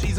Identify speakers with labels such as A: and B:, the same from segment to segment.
A: She's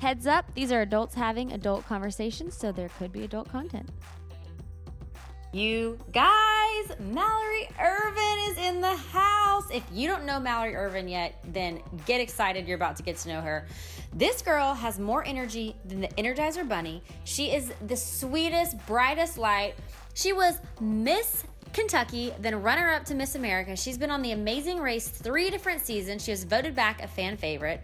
B: Heads up, these are adults having adult conversations, so there could be adult content.
C: You guys, Mallory Irvin is in the house. If you don't know Mallory Irvin yet, then get excited. You're about to get to know her. This girl has more energy than the Energizer Bunny. She is the sweetest, brightest light. She was Miss Kentucky, then runner up to Miss America. She's been on the Amazing Race three different seasons. She was voted back a fan favorite.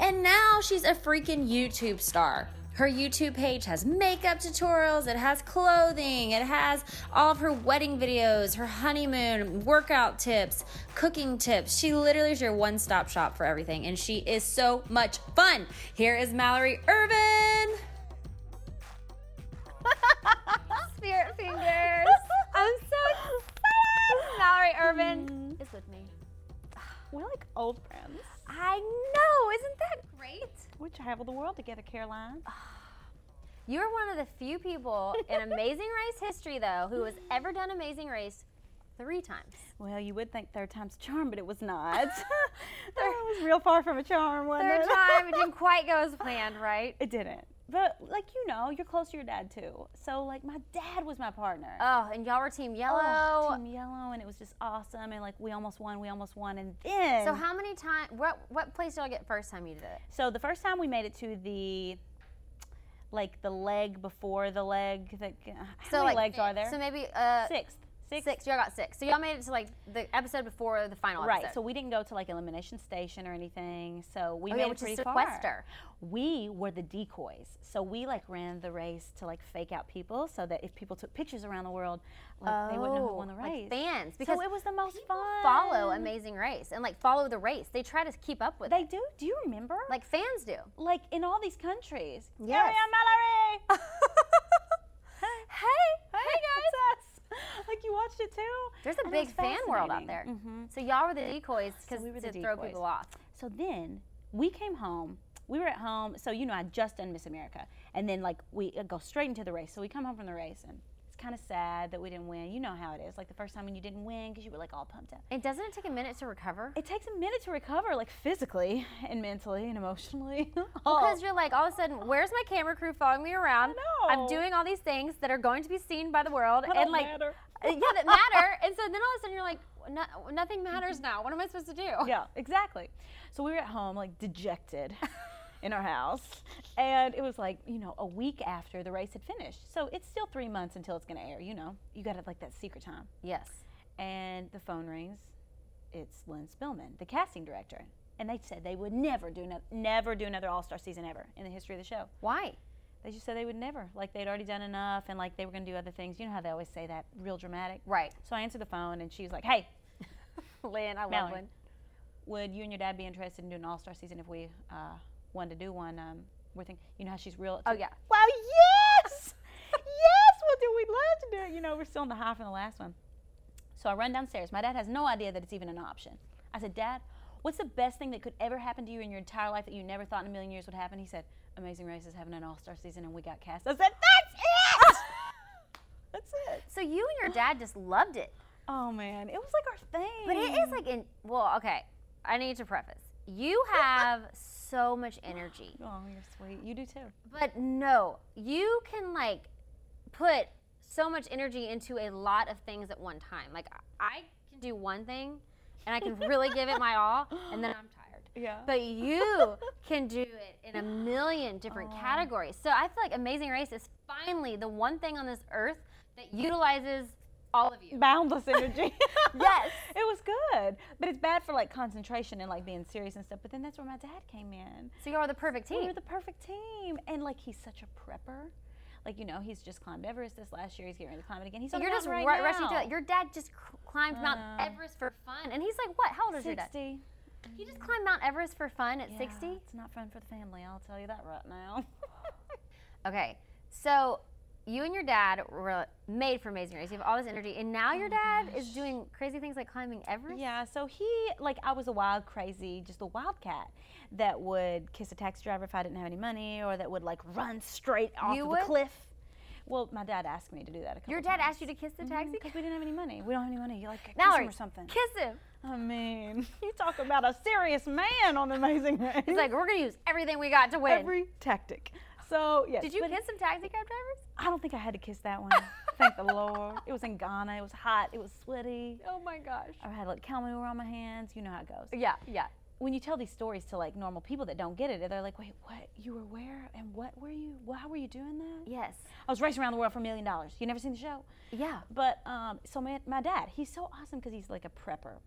C: And now she's a freaking YouTube star. Her YouTube page has makeup tutorials, it has clothing, it has all of her wedding videos, her honeymoon, workout tips, cooking tips. She literally is your one stop shop for everything, and she is so much fun. Here is Mallory Irvin.
D: Spirit fingers. I'm so excited. Mallory Irvin is with me.
E: We're like old friends.
D: I know. Isn't that great?
E: We travel the world together, Caroline.
D: You are one of the few people in Amazing Race history, though, who has ever done Amazing Race three times.
E: Well, you would think third time's a charm, but it was not. it was real far from a charm, wasn't
D: Third
E: it?
D: time, it didn't quite go as planned, right?
E: It didn't. But like you know, you're close to your dad too. So like my dad was my partner.
D: Oh, and y'all were Team Yellow.
E: Oh, Team Yellow, and it was just awesome. And like we almost won, we almost won, and then
D: So how many times? What what place did y'all get first time you did it?
E: So the first time we made it to the like the leg before the leg. That uh, how
D: So like,
E: many legs are there?
D: So maybe uh,
E: sixth. Sixth.
D: Six. Y'all got six. So y'all made it to like the episode before the final
E: Right,
D: episode.
E: so we didn't go to like elimination station or anything. So we
D: Oh,
E: made
D: yeah,
E: it
D: which is
E: pretty
D: sequester.
E: far. We were the decoys, so we like ran the race to like fake out people, so that if people took pictures around the world, like they wouldn't know who won the
D: Oh, like
E: race.
D: fans,
E: So
D: because
E: it was the most
D: people
E: fun.
D: Follow Amazing Race and like follow the race. They try to keep up with
E: They
D: it.
E: do. Do you remember?
D: Like fans do.
E: like in all these countries.
D: Yes.
E: Carry on, Mallory.
D: hey, hey
E: It's us. Like you watched it too.
D: There's a
E: And it
D: big
E: was
D: fan world out
E: fascinating.
D: there.
E: Mhm.
D: So y'all were the decoys because
E: we were
D: to
E: the
D: throw
E: decoys.
D: people off.
E: So then we came home. We were at home. So you know, I just done Miss America, and then like we uh, go straight into the race. So we come home from the race, and it's kind of sad that we didn't win. You know how it is. Like the first time when you didn't win because you were like all pumped up.
D: And doesn't it take a minute to recover?
E: It takes a minute to recover, like physically and mentally and emotionally.
D: Because
E: oh,
D: you're like all of a sudden, where's my camera crew following me around?
E: I
D: am
E: know.
D: doing all these things that are going to be seen by the world,
E: That
D: and
E: don't
D: like,
E: matter.
D: uh, yeah, that matter. And so then all of a sudden you're like, no, nothing matters now. What am I supposed to do?
E: Mm-hmm. yeah, exactly. So we were at home, like dejected. In our house, and it was like you know a week after the race had finished, so it's still three months until it's gonna air. You know, you got to like that secret time.
D: Yes.
E: and the phone rings. It's Lynn Spillman, the casting director, and they said they would never do another, never do another All Star season ever in the history of the show.
D: Why?
E: They just said they would never, like they'd already done enough, and like they were going to do other things. You know how they always say that, real dramatic.
D: Right.
E: So I answered the phone, and she was like, "Hey,
D: Lynn, I love
E: Mallory.
D: Lynn.
E: would you and your dad be interested in doing an All Star season if we uh, wanted to do one?" Um, we're thinking, you know how she's real.
D: Oh, yeah.
E: Well, yes, yes. Well, do we'd love to do it. You know, we're still on the high from the last one. So I run downstairs. My dad has no idea that it's even an option. I said, Dad, what's the best thing that could ever happen to you in your entire life that you never thought in a million years would happen? He said, Amazing Race is having an all star season and we got cast. I said, That's it! That's it.
D: So you and your dad just loved it.
E: Oh man, it was like our thing.
D: But it is like in well, okay. I need to preface. You have so much energy.
E: Oh, you're sweet. You do too.
D: But no, you can like put so much energy into a lot of things at one time. Like I can do one thing and I can really give it my all and then I'm tired.
E: Yeah.
D: But you can do it in a million different categories. So I feel like Amazing Race is finally the one thing on this earth that utilizes all of you.
E: Boundless energy.
D: Yes.
E: It was good. But it's bad for like concentration and like being serious and stuff. But then that's where my dad came in.
D: So you are the perfect team.
E: We were the perfect team. And like he's such a prepper. Like, you know, he's just climbed Everest this last year. He's getting ready to climb it again. He's
D: So
E: on
D: you're
E: the
D: just
E: mountain
D: ru-
E: right
D: rushing to
E: now. Um,
D: it. Your dad just c- climbed Mount
E: know.
D: Everest for fun, and he's like, "What? How old is your dad?"
E: 60.
D: You just climb Mount Everest for fun at 60?
E: It's not fun for the family, I'll tell you that right now.
D: Okay, so you and your dad were made for amazing race. You have all this energy, and now your dad is doing crazy things like climbing Everest.
E: Oh yeah, so he, like, I was a wild, crazy, just a wildcat that would kiss a taxi driver if I didn't have any money or that would, like, run straight off
D: You
E: of
D: would?
E: a cliff. Well, my dad asked me to do that a couple
D: Your dad asked you to kiss the taxi.
E: because we didn't have any money. We don't have any money. You like kiss
D: Mallory,
E: him Mm-hmm. or something.
D: Kiss him.
E: I mean, you talk about a serious man on Amazing Race.
D: He's like, we're gonna use everything we got to win.
E: every tactic. So yes.
D: Did you
E: but
D: kiss some taxi cab drivers?
E: I don't think I had to kiss that one. Thank the Lord. It was in Ghana. It was hot. It was sweaty.
D: Oh my gosh.
E: I had like camel on my hands. You know how it goes.
D: Yeah, yeah.
E: When you tell these stories to like normal people that don't get it, they're like, "Wait, what? You were where? And what were you? Why were you doing that?"
D: Yes.
E: I was racing around the world for a million dollars. You never seen the show?
D: Yeah.
E: But um, so my, my dad, he's so awesome because he's like a prepper.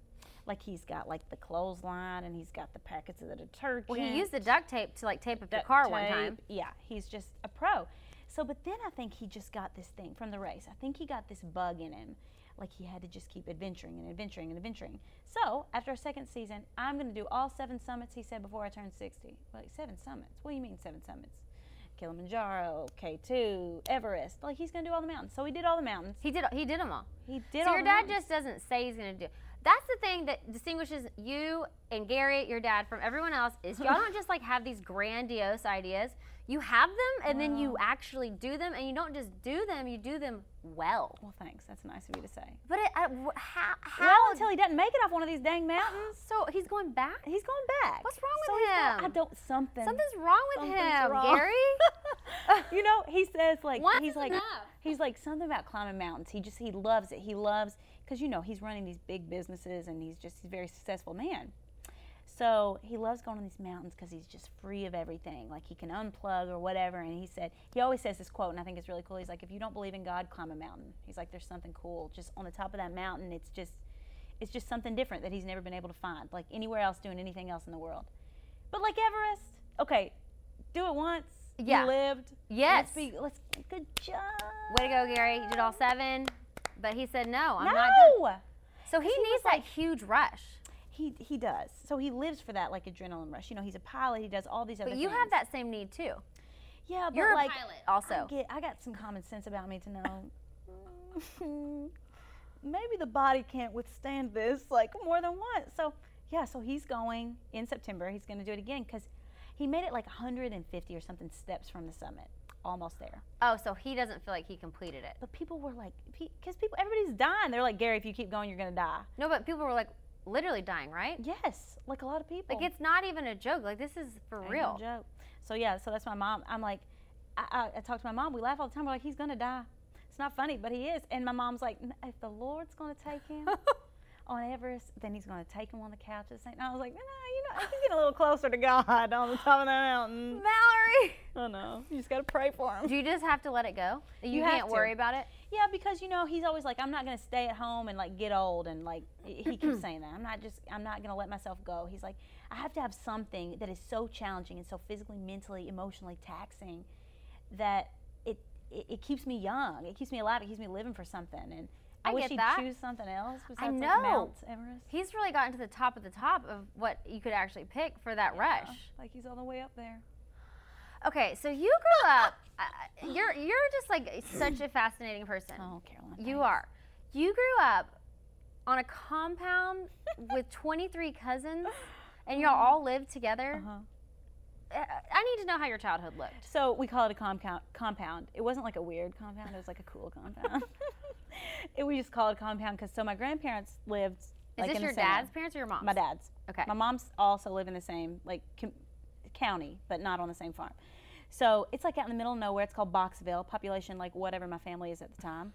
E: Like he's got like the clothesline and he's got the packets of the detergent.
D: Well, he used the duct tape to like tape up your
E: duct
D: car one
E: tape.
D: time.
E: Yeah, he's just a pro. So, but then I think he just got this thing from the race. I think he got this bug in him. Like he had to just keep adventuring and adventuring and adventuring. So, after our second season, I'm going to do all seven summits, he said, before I turn 60. Like, seven summits? What do you mean, seven summits? Kilimanjaro, K2, Everest. Like, he's going to do all the mountains. So, he did all the mountains.
D: He did. He did them all.
E: He did
D: so
E: all
D: your
E: the
D: dad
E: mountains.
D: just doesn't say he's gonna do. That's the thing that distinguishes you and Gary, your dad, from everyone else is y'all don't just like have these grandiose ideas. You have them and then you actually do them, and you don't just do them. You do them well.
E: Well, thanks. That's nice of you to say.
D: But it, I, wh- how? how
E: Well, until he doesn't make it off one of these dang mountains.
D: so he's going back.
E: He's going back.
D: What's wrong with
E: So he's got-
D: him?
E: I don't something.
D: Something's wrong with
E: Something's
D: him,
E: wrong.
D: Gary.
E: you know, he says like
D: Once
E: he's
D: is
E: like
D: enough.
E: he's like something about climbing mountains. He just he loves it. He loves because you know he's running these big businesses and he's just he's a very successful man. So he loves going on these mountains because he's just free of everything. Like he can unplug or whatever. And he said he always says this quote, and I think it's really cool. He's like, if you don't believe in God, climb a mountain. He's like, there's something cool just on the top of that mountain. It's just it's just something different that he's never been able to find, like anywhere else doing anything else in the world. But like Everest, okay, do it once.
D: Yeah.
E: You lived.
D: yes.
E: Let's be, let's, good job.
D: Way to go, Gary. You did all seven, but he said no. I'm
E: no!
D: not done. So he,
E: he was
D: needs that huge rush.
E: He, he does. So he lives for that like adrenaline rush. You know, he's a pilot. He does all these other
D: But you
E: things.
D: have that same need too.
E: Yeah, but
D: You're a
E: like,
D: pilot
E: I,
D: also.
E: get, I got some common sense about me to know. Maybe the body can't withstand this like more than once. So yeah, so he's going in September. He's going to do it again because he made it like 150 or something steps from the summit, almost there.
D: Oh, so he doesn't feel like he completed it.
E: But people were like, because people, everybody's dying. They're like, Gary, if you keep going, you're going to die.
D: No, but people were like literally dying, right?
E: Yes, like a lot of people.
D: Like it's not even a joke. Like this is for
E: Ain't no
D: real.
E: joke. So yeah, so that's my mom. I'm like, I, I, I talk to my mom. We laugh all the time. We're like, he's gonna die. It's not funny, but he is. And my mom's like, "N- if the Lord's gonna take him on Everest, then he's gonna take him on the couch at St. I was like, no, no, you know, he's getting a little closer to God on the top of that mountain.
D: Mallory,
E: Oh no, you just gotta pray for him.
D: do you just have to let it go? You,
E: You have
D: can't worry
E: to.
D: about it.
E: Yeah, because you know he's always like, I'm not gonna stay at home and like get old, and like he keeps saying that. I'm not just, I'm not gonna let myself go. He's like, I have to have something that is so challenging and so physically, mentally, emotionally taxing that it it, it keeps me young, it keeps me alive, it keeps me living for something. And I,
D: I
E: wish
D: get
E: he'd
D: that.
E: choose something else besides
D: know.
E: like Mount Everest.
D: He's really gotten to the top of the top of what you could actually pick for that rush.
E: Like he's all the way up there.
D: Okay, so you grew up. Uh, you're you're just like such a fascinating person.
E: Oh, Caroline.
D: You are. You grew up on a compound with 23 cousins, and y'all all lived together.
E: Uh-huh.
D: Uh, I need to know how your childhood looked.
E: So we call it a compound. Compound. It wasn't like a weird compound. It was like a cool compound. it, we just call it a compound because so my grandparents lived.
D: Is
E: like
D: this
E: in
D: your
E: the same-
D: dad's parents or your mom's?
E: My dad's.
D: Okay.
E: My mom's also live in the same like com- county, but not on the same farm. So it's like out in the middle of nowhere. It's called Boxville. Population like whatever my family is at the time.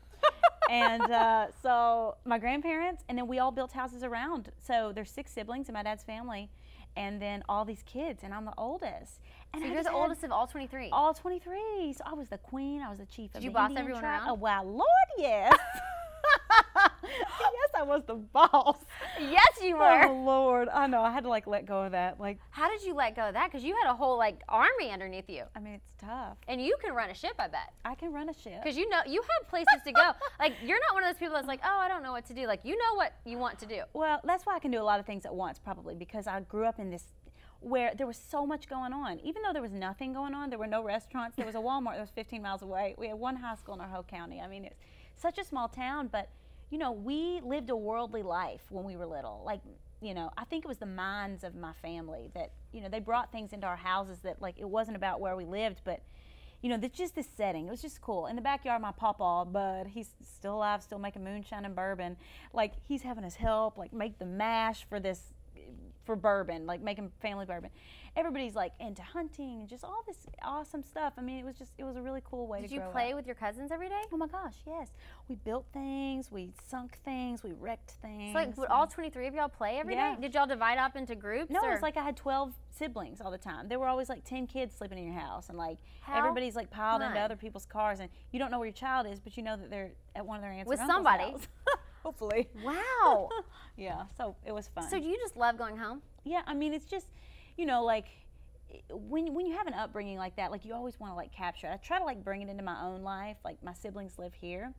E: and uh, so my grandparents, and then we all built houses around. So there's six siblings in my dad's family, and then all these kids, and I'm the oldest. And
D: So
E: I
D: you're
E: just
D: the
E: had- Oh,
D: oldest of all 23.
E: all 23. So I was the queen. I was the Oh, chief of
D: you
E: the
D: boss
E: Indian
D: everyone
E: tribe.
D: around?
E: Oh, wow, Lord, yes. yes, I was the boss.
D: Yes, you were.
E: Oh Lord, I know. I had to like let go of that. Like,
D: How did you let go of that? Because you had a whole like army underneath you,
E: I mean, it's tough.
D: and you can run a ship, I bet.
E: I can run a ship.
D: Because you know you have places to go. like you're not one of those people that's like, oh, I don't know what to do. Like you know what you want to do.
E: Well, that's why I can do a lot of things at once, probably because I grew up in this where there was so much going on. Even though there was nothing going on, there were no restaurants. There was a Walmart that was 15 miles away. We had one high school in our whole county. I mean, it's such a small town, but you know, we lived a worldly life when we were little. Like, you know, I think it was the minds of my family that you know they brought things into our houses that like it wasn't about where we lived, but you know, that's just this setting. It was just cool. In the backyard, my papa, Bud, he's still alive, still making moonshine and bourbon. Like he's having us help, like make the mash for this, for bourbon, like making family bourbon. Everybody's like into hunting and just all this awesome stuff. I mean, it was just, it was a really cool way
D: Did
E: to
D: you
E: grow
D: play
E: up.
D: with your cousins every day?
E: Oh my gosh, yes. We built things, we sunk things, we wrecked things.
D: So like would all 23 of y'all play every day?
E: Yeah.
D: Did y'all divide up into groups?
E: No,
D: or?
E: it was like I had 12 siblings all the time. There were always like 10 kids sleeping in your house, and like
D: How
E: everybody's like piled into
D: fun.
E: other people's cars, and you don't know where your child is, but you know that they're at one of their aunts
D: With
E: and uncles'
D: somebody.
E: house. Hopefully.
D: wow.
E: yeah, so it was fun.
D: so you just love going home?
E: yeah, I mean, it's just, you know, like i- when when you have an upbringing like that, like you always want to like capture it. I try to like bring it into my own life. Like my siblings live here.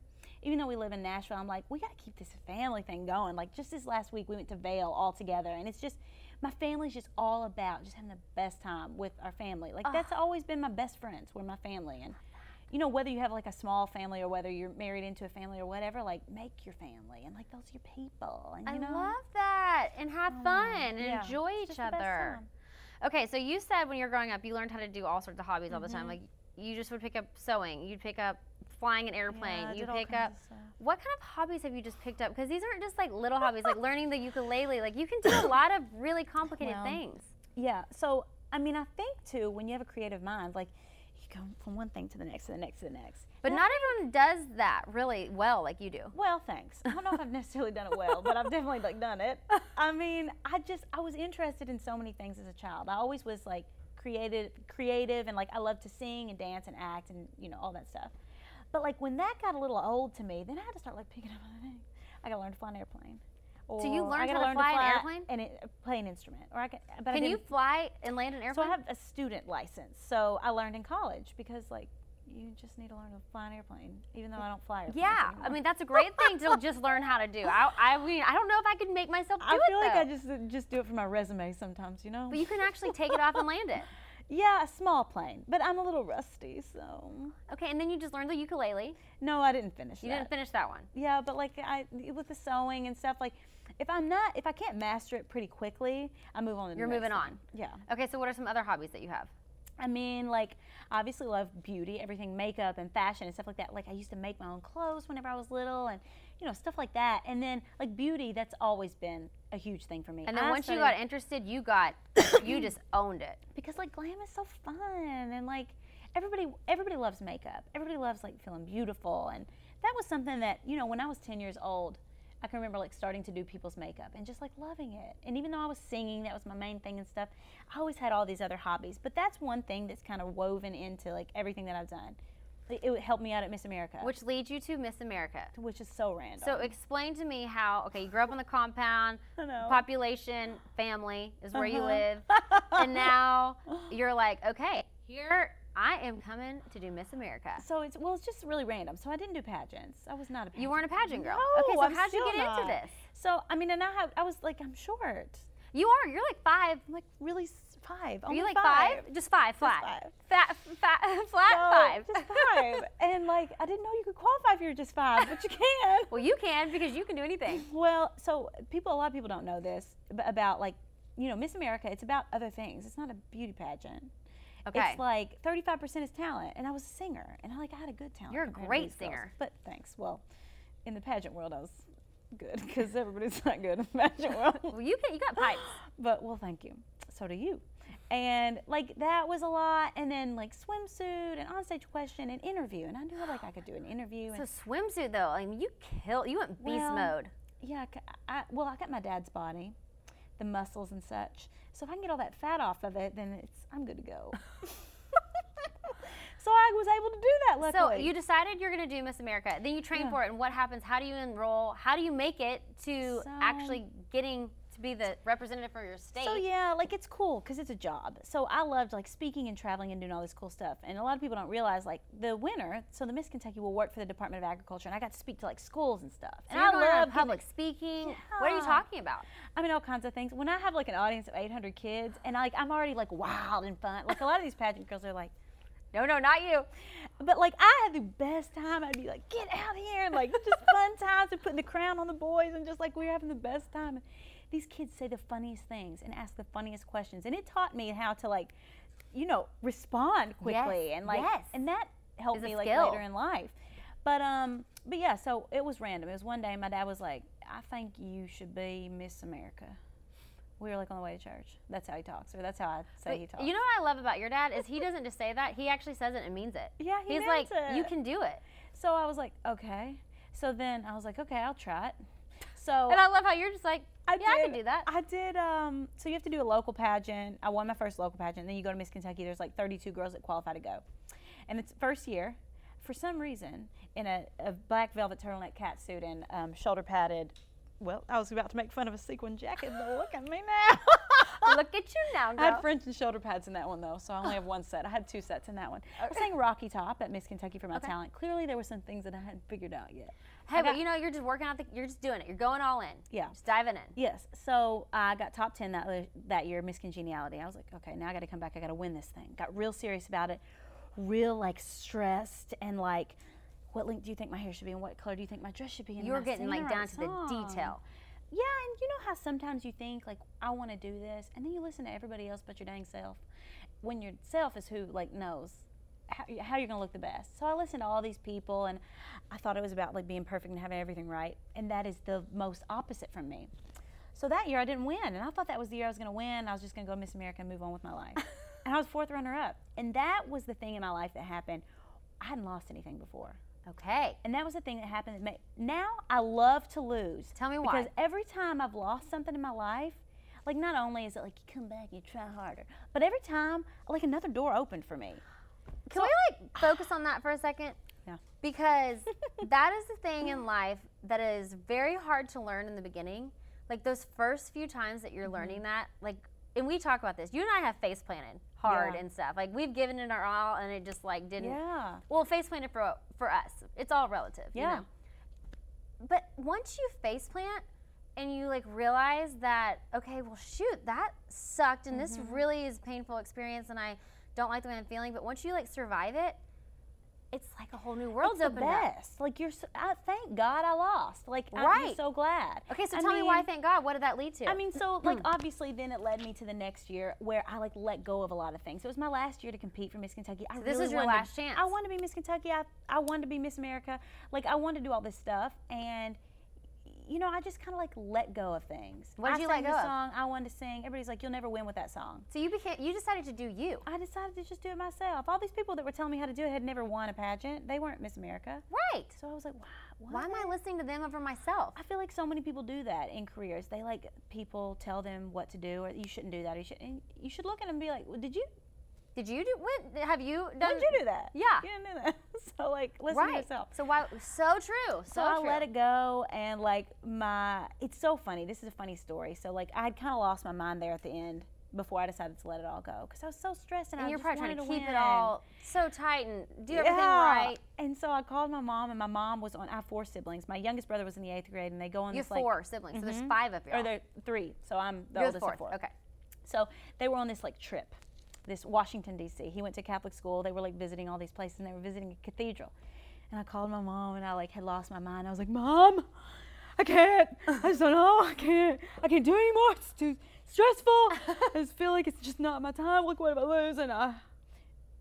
E: Even though we live in Nashville, I'm like, we got to keep this family thing going. Like just this last week, we went to Vail all together, and it's just my family's just all about just having the best time with our family. Like that's always been my best friends. We're my family, and you know whether you have like a small family or whether you're married into a family or whatever, like make your family and like those are your people. And you
D: I
E: know, Oh,
D: love that. And have fun and
E: yeah,
D: enjoy
E: it's
D: each
E: just the best
D: other.
E: time.
D: Okay, so you said when you were growing up, you learned how to do all sorts of hobbies all
E: Mm-hmm.
D: the time. Like you just would pick up sewing, you'd pick up flying an airplane,
E: Yeah, I
D: you
E: did all
D: pick up
E: kinds of stuff.
D: what kind of hobbies have you just picked up? Because these aren't just like little hobbies, like learning the ukulele. Like you can do a lot of really complicated
E: Well,
D: things.
E: Yeah. So I mean, I think too, when you have a creative mind, like you go from one thing to the next to the next to the next.
D: But not everyone does that really well like you do.
E: Well, thanks. I don't know if I've necessarily done it well, but I've definitely like done it. I mean, I just I was interested in so many things as a child. I always was like creative, creative, and like I loved to sing and dance and act and you know all that stuff. But like when that got a little old to me, then I had to start like picking up other things. I got to learn to fly an airplane. Or
D: you
E: I
D: learned
E: gotta
D: how to
E: learn
D: fly an airplane?
E: and it, play an instrument? Or I can, but I
D: Can you
E: didn't-
D: fly and land an
E: So
D: airplane?
E: I have a student license. So I learned in college because like you just need to learn to fly an airplane, even though I don't fly airplanes.
D: yeah, um, I
E: anymore.
D: mean that's a great thing to just learn how to do. I, I mean I don't know if I could make myself do
E: I feel
D: it
E: like I
D: though.
E: just uh, just do it for my resume sometimes, you know.
D: But you can actually take it off and land it.
E: yeah, a small plane, but I'm a little rusty, so
D: Okay, and then you just learned the ukulele.
E: no, I didn't finish.
D: You
E: that.
D: didn't finish that one.
E: Yeah, but like I with the sewing and stuff, like if I'm not if I can't master it pretty quickly, I move on. To the
D: You're
E: next
D: moving
E: thing.
D: on.
E: Yeah.
D: Okay, so what are some other hobbies that you have?
E: I mean, like, obviously love beauty, everything makeup and fashion and stuff like that. Like, I used to make my own clothes whenever I was little and, you know, stuff like that. And then, like, beauty, that's always been a huge thing for me.
D: And then
E: I
D: once you
E: started-
D: got interested, you got you just owned it.
E: because like glam is so fun and like everybody everybody loves makeup everybody loves like feeling beautiful and that was something that you know when i was 10 years old i can remember like starting to do people's makeup and just like loving it and even though i was singing that was my main thing and stuff i always had all these other hobbies but that's one thing that's kind of woven into like everything that i've done it, it helped me out at miss america
D: Which leads you to Miss America.
E: which is so random
D: So explain to me how okay, you grew up on the compound,
E: I know. Uh-huh.
D: population, family is where you live. and now you're like, okay, here I am coming to do Miss America.
E: so it's well it's just really random so i didn't do pageants i was not a pageant
D: You weren't a pageant girl. okay,
E: No,
D: so
E: I'm
D: how'd you
E: still
D: get
E: not.
D: into this?
E: so i mean and i have i was like i'm short
D: You are, you're like five.
E: I'm like really s- five.
D: Are
E: only
D: you like five? Just five, flat.
E: five.
D: Fat, fat, flat
E: No,
D: five.
E: Just five. and like I didn't know you could qualify if you were just five, but you can.
D: well, you can because you can do anything.
E: Well, so people, a lot of people don't know this b- about like, you know, Miss America. It's about other things. It's not a beauty pageant.
D: Okay.
E: It's like 35% is talent, and I was a singer, and I like I had a good talent.
D: You're a
E: compared to
D: great
E: these girls.
D: singer.
E: but thanks. Well, in the pageant world, I was good because everybody's not good in the pageant world.
D: Well, you can, you got pipes.
E: but well, thank you. So do you. And like that was a lot. And then like swimsuit and onstage question and interview. And I knew like I could do an interview. And
D: So swimsuit though, I mean, you kill. You went beast
E: Well,
D: mode.
E: yeah, I c I well, I got my dad's body, the muscles and such. So if I can get all that fat off of it, then it's I'm good to go. so I was able to do that,
D: So
E: luckily.
D: you decided you're going to do Miss America. Then you train for it, and what happens? How do you enroll? How do you make it to
E: So-
D: actually getting to be the representative for your state?
E: So yeah, like it's cool because it's a job. So I loved like speaking and traveling and doing all this cool stuff. And a lot of people don't realize like the winner. So the Miss Kentucky will work for the Department of Agriculture, and I got to speak to like schools and stuff.
D: And
E: and I love giving-
D: public speaking. What are you
E: Yeah.
D: talking about?
E: I mean, all kinds of things. When I have like an audience of 800 kids, and like I'm already like wild and fun. Like a lot of these pageant girls are like,
D: No, no, not you.
E: but like I had the best time. I'd be like, get out here, and like just fun times and putting the crown on the boys, and just like we were having the best time. And these kids say the funniest things and ask the funniest questions, and it taught me how to like, you know, respond quickly and like,
D: yes.
E: and that helped
D: It's a
E: me like
D: skill.
E: later in life. But um, but yeah, so it was random. It was one day my dad was like, I think you should be Miss America. We were like on the way to church. That's how he talks, or that's how I say he talks.
D: You know what I love about your dad is he doesn't just say that; he actually says it and means it.
E: Yeah, he
D: he's
E: means
D: like, you
E: it.
D: can do it.
E: So I was like, okay. So then I was like, okay, I'll try it. So
D: And I love how you're just like, yeah, I can
E: did-
D: do that.
E: I did. Um, so you have to do a local pageant. I won my first local pageant. Then you go to Miss Kentucky. There's like 32 girls that qualify to go, and it's first year. For some reason, in a, a black velvet turtleneck catsuit and um, shoulder padded. Well, I was about to make fun of a sequin jacket, but look at me now.
D: Look at you now,
E: I
D: girl.
E: had French and shoulder pads in that one though, so I only have one set. I had two sets in that one. I was saying Rocky Top at Miss Kentucky for my talent. Clearly, there were some things that I hadn't figured out yet.
D: hey, but you know, you're just working out. The, you're just doing it. You're going all in.
E: Yeah.
D: just diving in.
E: Yes. So I got top 10 that, li- that year, Miss Congeniality. I was like, okay, now I got to come back. I got to win this thing. Got real serious about it, real like stressed and like, what length do you think my hair should be and what color do you think my dress should be? And
D: You
E: am
D: were
E: I
D: getting
E: singing
D: like
E: the
D: down
E: right
D: to the
E: song?
D: detail.
E: Yeah, and you know how sometimes you think like I want to do this, and then you listen to everybody else but your dang self. When yourself is who like knows how, how you're gonna look the best. So I listened to all these people, and I thought it was about like being perfect and having everything right, and that is the most opposite from me. So that year I didn't win, and I thought that was the year I was gonna win. I was just gonna go Miss America and move on with my life, and I was fourth runner up, and that was the thing in my life that happened. I hadn't lost anything before.
D: Okay.
E: And that was the thing that happened. That made, now I love to lose.
D: Tell me why.
E: Because every time I've lost something in my life, like not only is it like you come back, you try harder, but every time like another door opened for me.
D: Can we like focus on that for a second?
E: Yeah.
D: Because that is the thing in life that is very hard to learn in the beginning. Like those first few times that you're
E: Mm-hmm.
D: learning that, like, and we talk about this. You and I have face planted hard
E: Yeah.
D: and stuff. Like we've given it our all, and it just like didn't.
E: Yeah.
D: Well, face planted for for us, it's all relative. You
E: Yeah.
D: know? But once you face plant and you like realize that, okay, well, shoot, that sucked, and this
E: Mm-hmm.
D: really is a painful experience, and I don't like the way I'm feeling. But once you like survive it, it's like a whole new world's
E: It's the
D: opened up.
E: best. Like you're so, I thank God I lost. Like I'm
D: Right.
E: just so glad.
D: Okay, so
E: I
D: tell me why.
E: mean-
D: Thank God. What did that lead to?
E: I mean, so like obviously, then it led me to the next year where I like let go of a lot of things. It was my last year to compete for Miss Kentucky. I
D: this
E: really
D: is your
E: wanted-
D: last chance.
E: I wanted to be Miss Kentucky. I I wanted to be Miss America. Like I wanted to do all this stuff, and you know, I just kind of like let go of things.
D: What did
E: I
D: you let
E: sang
D: go
E: the
D: of?
E: song I wanted to sing. Everybody's like, "You'll never win with that song."
D: so you became you decided to do you.
E: I decided to just do it myself. All these people that were telling me how to do it had never won a pageant. They weren't Miss America.
D: Right.
E: So I was like, "Why? What?
D: Why am I listening to them over myself?
E: I feel like so many people do that in careers. They like people tell them what to do, or you shouldn't do that. Or you should. And you should look at them and be like, well, "Did you?
D: Did you do? When have you
E: Did
D: done?
E: you do that?
D: Yeah.
E: you didn't do that. so like, listen to
D: Right.
E: yourself.
D: So why? So true. So,
E: So I
D: true.
E: let it go, and like my, it's so funny. This is a funny story. So like, I had kind of lost my mind there at the end before I decided to let it all go because I was so stressed, and,
D: And
E: I
D: you're
E: just
D: probably trying to
E: wanted
D: keep
E: win.
D: it all so tight and do everything
E: Yeah.
D: right.
E: And so I called my mom, and my mom was on. I have four siblings. My youngest brother was in the eighth grade, and they go on
D: You have
E: this like, mm-hmm.
D: four siblings, so there's five of you.
E: or they're three. So I'm
D: You're the
E: the oldest
D: fourth.
E: of four.
D: Okay.
E: So they were on this like trip, this Washington D.C. He went to Catholic school. They were like visiting all these places, and they were visiting a cathedral. And I called my mom, and I like had lost my mind. I was like, "Mom, I can't. I just don't know. I can't. I can't do it anymore. It's too stressful. I just feel like it's just not my time. Look, what if I lose?" And I,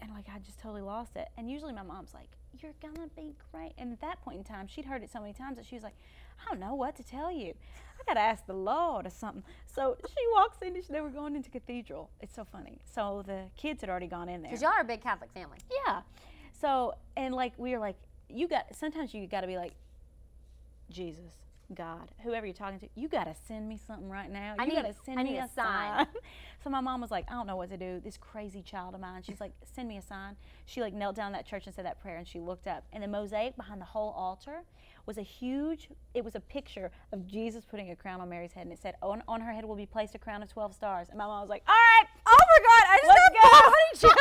E: and like I just totally lost it. And usually my mom's like, "You're gonna be great." And at that point in time, she'd heard it so many times that she was like, "I don't know what to tell you. I gotta ask the Lord or something." So she walks in. and They were going into cathedral. It's so funny. So the kids had already gone in there.
D: Because y'all are a big Catholic family.
E: Yeah. So and like we were like, you got sometimes you got to be like, Jesus, God, whoever you're talking to, you gotta send me something right now. you
D: need-
E: gotta send
D: I
E: me
D: need
E: a,
D: a sign."
E: so my mom was like, I don't know what to do. This crazy child of mine. She's like, send me a sign. She like knelt down in that church and said that prayer, and she looked up, and the mosaic behind the whole altar was a huge. It was a picture of Jesus putting a crown on Mary's head, and it said, "On, on her head will be placed a crown of twelve stars." And my mom was like, All right,
D: Oh my God, I just
E: Let's
D: got
E: go.
D: body chills.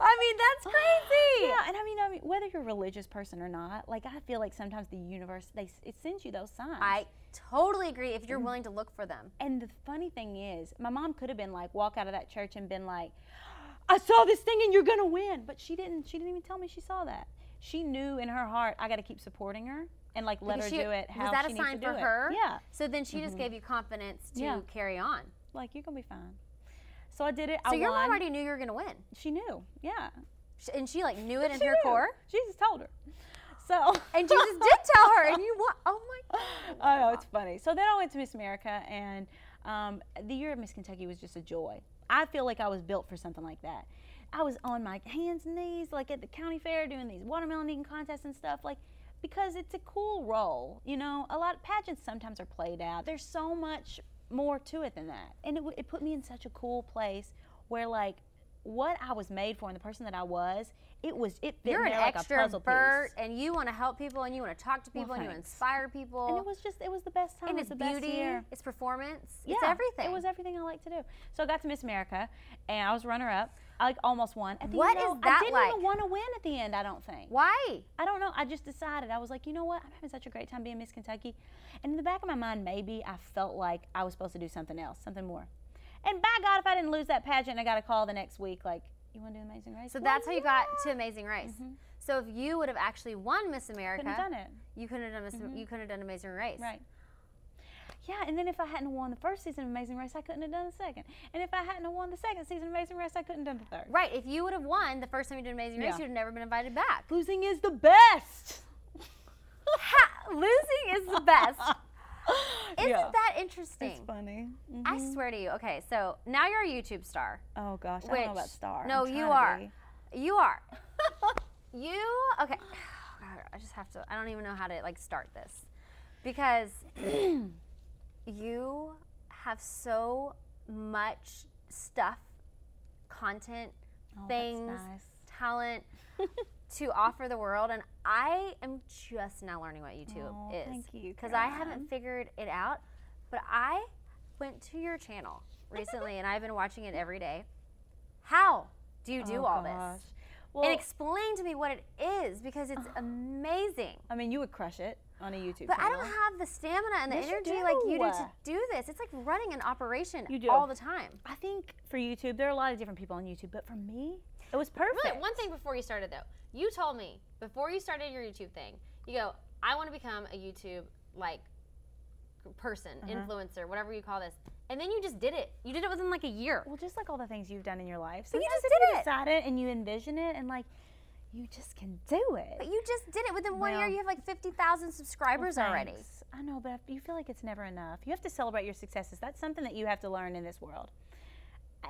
D: I mean, that's crazy.
E: Yeah, and I mean, I mean, whether you're a religious person or not, like I feel like sometimes the universe they s- it sends you those signs.
D: I totally agree if
E: Mm-hmm.
D: you're willing to look for them.
E: and the funny thing is, my mom could have been like walk out of that church and been like, "I saw this thing and you're gonna win," but she didn't. She didn't even tell me she saw that. She knew in her heart, I got to keep supporting her and like let her
D: Because she-
E: do it how
D: was that
E: she
D: a
E: needs
D: sign
E: to
D: for
E: do
D: her?
E: it. Yeah, Mm-hmm.
D: So then she just gave you confidence to
E: Yeah.
D: carry on.
E: like you're gonna be fine. So I did it.
D: So
E: I
D: your
E: won.
D: mom already knew you were gonna win,
E: she knew. Yeah,
D: Sh- and she like knew it in
E: She
D: her
E: knew.
D: core.
E: Jesus told her. So
D: And Jesus did tell her, and you what? Oh my! God.
E: I know Oh, it's funny. So then I went to Miss America, and um, the year at Miss Kentucky was just a joy. I feel like I was built for something like that. I was on my hands and knees, like at the county fair, doing these watermelon eating contests and stuff, like because it's a cool role. You know, a lot of pageants sometimes are played out. There's so much more to it than that, and it, w- it put me in such a cool place where like. What I was made for and the person that I was, it was it fit
D: You're
E: me
D: an
E: like a puzzle
D: extrovert,
E: piece.
D: and you want to help people, and you want to talk to people, and you
E: thanks.
D: inspire people.
E: And it was just it was the best time.
D: And
E: it
D: it's
E: was the best
D: beauty,
E: year.
D: it's performance, it's everything.
E: It was everything I like to do. So I got to Miss America, and I was runner up. I like almost won. At the
D: What
E: end, though,
D: is that
E: I didn't
D: like?
E: even want to win at the end. I don't think.
D: Why?
E: I don't know. I just decided. I was like, you know what? I'm having such a great time being Miss Kentucky, and in the back of my mind, maybe I felt like I was supposed to do something else, something more. And by God, if I didn't lose that pageant, I got a call the next week like, you want to do Amazing Race?
D: So
E: Well,
D: that's how you got
E: yeah. Mm-hmm.
D: to Amazing Race. So if you would have actually won Miss America,
E: Couldn't have done it. Mm-hmm.
D: you couldn't have done Miss, you couldn't have done Amazing Race.
E: Right. Yeah, and then if I hadn't won the first season of Amazing Race, I couldn't have done the second. And if I hadn't have won the second season of Amazing Race, I couldn't have done the third.
D: Right. If you would have won the first time you did Amazing Race,
E: Yeah.
D: you'd have never been invited back.
E: Losing is the best.
D: Ha- losing is the best. Isn't that interesting?
E: funny? Mm-hmm.
D: I swear to you. Okay, so now you're a YouTube star.
E: Oh gosh, I
D: Which
E: don't know about Star.
D: No,
E: I'm Oh,
D: you
E: trying
D: are.
E: to be.
D: You are. you okay? Oh, God, I just have to. I don't even know how to like start this because you have so much stuff, content, things,
E: nice.
D: talent to offer the world, and I am just now learning what YouTube
E: Aw,
D: is.
E: thank you,
D: because I haven't figured it out, but I went to your channel recently, and I've been watching it every day. How do you do
E: Oh,
D: all
E: gosh.
D: this?
E: Well, Uh-huh.
D: and explain to me what it is because it's amazing.
E: I mean, you would crush it on a YouTube.
D: But I
E: channel.
D: don't have the stamina and the
E: Yes, you
D: energy like you do to
E: do.
D: do this. It's like running an operation
E: You do.
D: all the time.
E: I think for YouTube, there are a lot of different people on YouTube, but for me, it was perfect.
F: Wait, one thing before you started though. You told me before you started your YouTube thing, you go, I want to become a YouTube like person,
D: Mm-hmm.
F: influencer, whatever you call this. And then you just did it. You did it within like a year.
E: Well, just like all the things you've done in your life. So
D: you just did
E: if you
D: it.
E: decide it and you envision it and like you just can do it.
D: But you just did it within one year.
E: Well-
D: You have like 50,000 subscribers already.
E: Thanks. I know, but you feel like it's never enough. You have to celebrate your successes. That's something that you have to learn in this world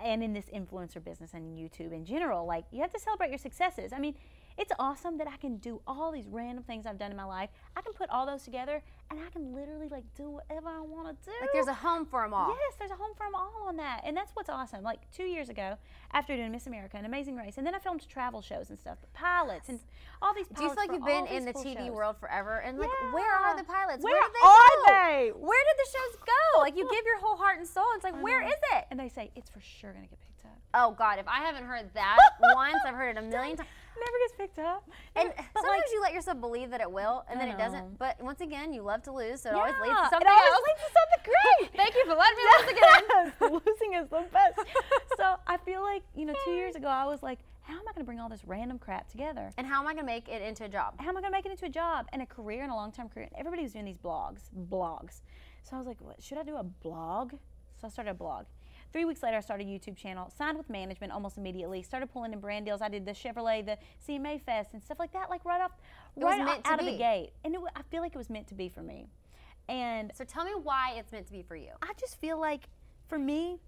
E: and in this influencer business and YouTube in general. Like, you have to celebrate your successes. I mean, it's awesome that I can do all these random things I've done in my life. I can put all those together and I can literally like do whatever I want to do.
D: Like there's a home for them all.
E: Yes, there's a home for 'em all on that. And that's what's awesome. Like two years ago, after doing Miss America and Amazing Race, and then I filmed travel shows and stuff, pilots and all these pilots.
D: Do you feel like
E: for
D: you've
E: all
D: been in
E: these
D: the
E: cool
D: TV
E: shows.
D: world forever? And like, where are
E: Yeah.
D: the pilots?
E: Where
D: did they
E: are
D: go?
E: they?
D: Where did the shows go? like, you give your whole heart and soul. And it's like, where is it?
E: And they say, it's for sure going to get picked up.
D: Oh God, if I haven't heard that once, I've heard it a million times.
E: Never gets picked up.
D: And
E: Never-
D: sometimes you let yourself believe that it will, and then it
E: know.
D: doesn't. But once again, you love to lose, so it always leads
E: Yeah,
D: to
E: it
D: something
E: always
D: else.
E: leads to something great.
F: Thank you for letting me lose again.
E: Yes, losing is the best. So I feel like, you know, two years ago, I was like, how am I going to bring all this random crap together?
D: and how am I going to make it into a job?
E: how am I going to make it into a job and a career and a long term career? And everybody was doing these blogs, blogs. So I was like, what, should I do a blog? So I started a blog. Three weeks later, I started a YouTube channel, signed with management almost immediately, started pulling in brand deals. I did the Chevrolet, the CMA Fest, and stuff like that, like right off,
D: was
E: right o-
D: meant to
E: out of
D: be.
E: the gate. And it, wa- I feel like it was meant to be for me. And
D: So tell me why it's meant to be for you.
E: I just feel like, for me,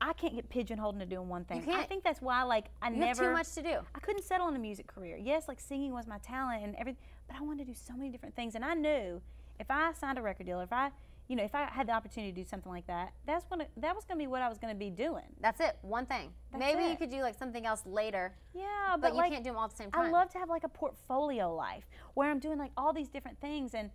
E: I can't get pigeonholed into doing one thing. I
D: can't.
E: think that's why, like, I
D: You
E: never
D: have too much to do.
E: I couldn't settle on a music career. Yes, like singing was my talent and everything, but I wanted to do so many different things. And I knew if I signed a record deal, if I, you know, if I had the opportunity to do something like that, that's what that was going to be what I was going to be doing.
D: That's it. One thing. Maybe you
E: it.
D: could do like something else later,
E: Yeah, but,
D: but, you
E: like,
D: can't do them all at the same time.
E: I love to have like a portfolio life where I'm doing like all these different things. And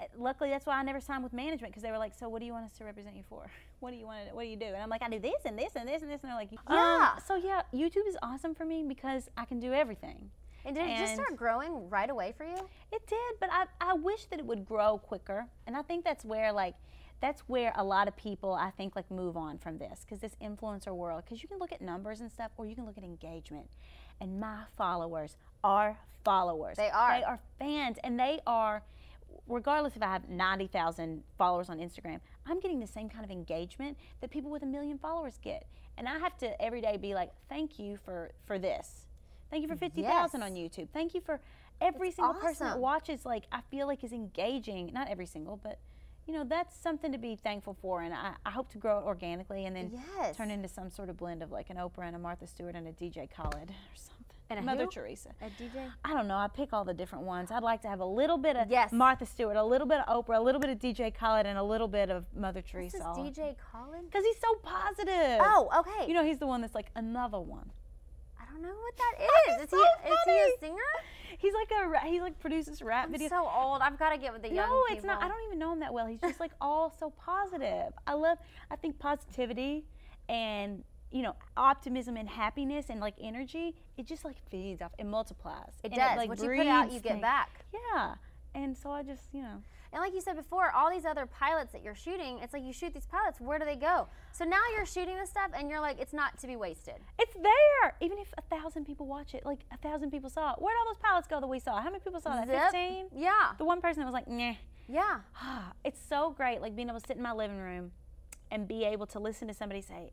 E: uh, luckily, that's why I never signed with management because they were like, "So what do you want us to represent you for? What do you want? To, what do you do?" And I'm like, "I do this and this and this and this." And they're like,
D: Yeah.
E: "Yeah." So yeah, YouTube is awesome for me because I can do everything.
D: and did it just
E: and-
D: start growing right away for you?
E: It did, but I, I wish that it would grow quicker. And I think that's where like that's where a lot of people I think like move on from this because this influencer world because you can look at numbers and stuff or you can look at engagement. And my followers are followers.
D: They are.
E: They are fans and they are regardless if I have 90,000 followers on Instagram, I'm getting the same kind of engagement that people with a million followers get. And I have to every day be like, "Thank you for for this. Thank you for 50,000 on YouTube. Thank you for every single person that
D: awesome.
E: watches like I feel like is engaging, not every single, but you know, that's something to be thankful for and I, I hope to grow it organically and then
D: Yes.
E: turn into some sort of blend of like an Oprah and a Martha Stewart and a DJ Khaled or something.
D: And a
E: Mother
D: who?
E: Teresa.
D: A DJ?
E: I don't know. I pick all the different ones. I'd like to have a little bit of
D: Yes.
E: Martha Stewart, a little bit of Oprah, a little bit of DJ Khaled, and a little bit of Mother
D: This is
E: Teresa.
D: DJ Colin.
E: Because he's so positive.
D: Oh, okay.
E: You know, he's the one that's like another one.
D: I don't know what that is. Is he is he
E: Oh, funny.
D: a singer?
E: He's like a ra- he like produces rap
D: I'm
E: videos.
D: so old. I've got to get with the young
E: no,
D: people.
E: it's not. I don't even know him that well. He's just like all so positive. I love. I think positivity and you know optimism and happiness and like energy. It just like feeds off. It multiplies.
D: It
E: and
D: does.
E: like,
D: what you put out,
E: breeds
D: you get
E: things.
D: back.
E: Yeah. And so I just you know.
D: And like you said before, all these other pilots that you're shooting, it's like you shoot these pilots, where do they go? So now you're shooting this stuff and you're like, it's not to be wasted.
E: It's there. Even if a thousand people watch it, like a thousand people saw it. Where'd all those pilots go that we saw? How many people saw Oh, that?
D: Zip.
E: Fifteen.
D: Yeah.
E: The one person that was like, nah.
D: Yeah.
E: It's so great, like being able to sit in my living room and be able to listen to somebody say,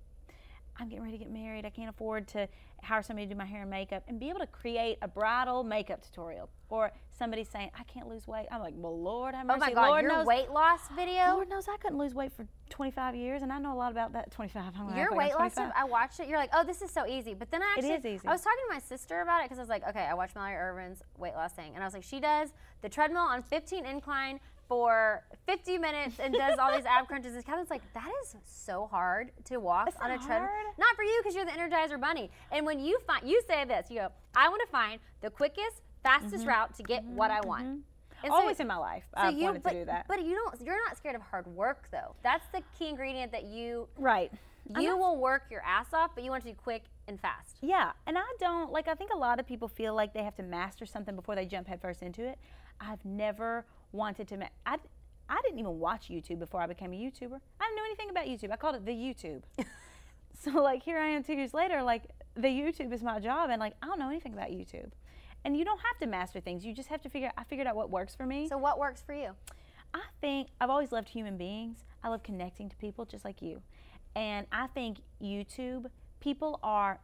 E: I'm getting ready to get married. I can't afford to hire somebody to do my hair and makeup and be able to create a bridal makeup tutorial. Or somebody saying, I can't lose weight. I'm like, well, Lord, have mercy.
D: Oh my God,
E: Lord
D: your
E: knows,
D: weight loss video,
E: Lord knows I couldn't lose weight for 25 years, and I know a lot about that. 25. I'm gonna act
D: your
E: like
D: weight
E: I'm
D: loss
E: 25.
D: stuff, I watched it. You're like, oh, this is so easy. But then I
E: It
D: actually,
E: is easy.
D: I was talking to my sister about it because I was like, okay, I watched Mallory Irvin's weight loss thing. And I was like, she does the treadmill on 15 incline for 50 minutes and does all these ab crunches. And Catherine's like, that is so hard to walk on a
E: not
D: treadmill.
E: hard.
D: Not for you because you're the Energizer Bunny. And when you find, you say this, you go, I want to find the quickest, fastest route to get what I want. And so-
E: Mm-hmm. Always in my life,
D: so
E: I've
D: you-
E: wanted
D: but,
E: to do that.
D: But you don't. You're not scared of hard work, though. That's the key ingredient that you
E: right. I'm
D: you
E: not-
D: will work your ass off, but you want it to be quick and fast.
E: Yeah, and I don't like. I think a lot of people feel like they have to master something before they jump headfirst into it. I've never wanted to. Ma- I, I didn't even watch YouTube before I became a YouTuber. I didn't know anything about YouTube. I called it the YouTube. so like here I am two years later. Like the YouTube is my job, and like I don't know anything about YouTube. And you don't have to master things. You just have to figure. I figured out what works for me.
D: So what works for you?
E: I think I've always loved human beings. I love connecting to people just like you. And I think YouTube, people are,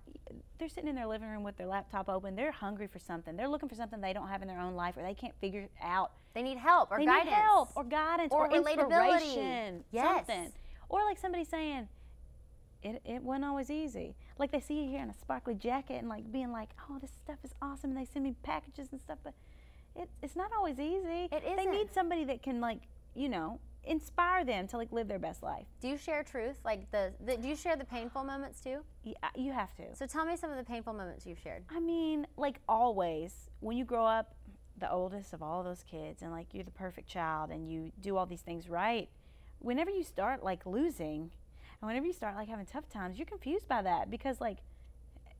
E: they're sitting in their living room with their laptop open. They're hungry for something. They're looking for something they don't have in their own life or they can't figure out.
D: They need help or
E: They
D: guidance.
E: need help or guidance or,
D: Or relatability.
E: inspiration.
D: Yes.
E: Something. Or like somebody saying, it, it wasn't always easy. Like they see you here in a sparkly jacket and like being like, oh, this stuff is awesome. And they send me packages and stuff, but it, it's not always easy.
D: It
E: They
D: isn't.
E: need somebody that can like, you know, inspire them to like live their best life.
D: Do you share truth? Like the, the do you share the painful moments too?
E: Y- uh, You have to.
D: So tell me some of the painful moments you've shared.
E: I mean, like always, when you grow up the oldest of all those kids and like you're the perfect child and you do all these things right, whenever you start like losing and whenever you start like having tough times, you're confused by that because like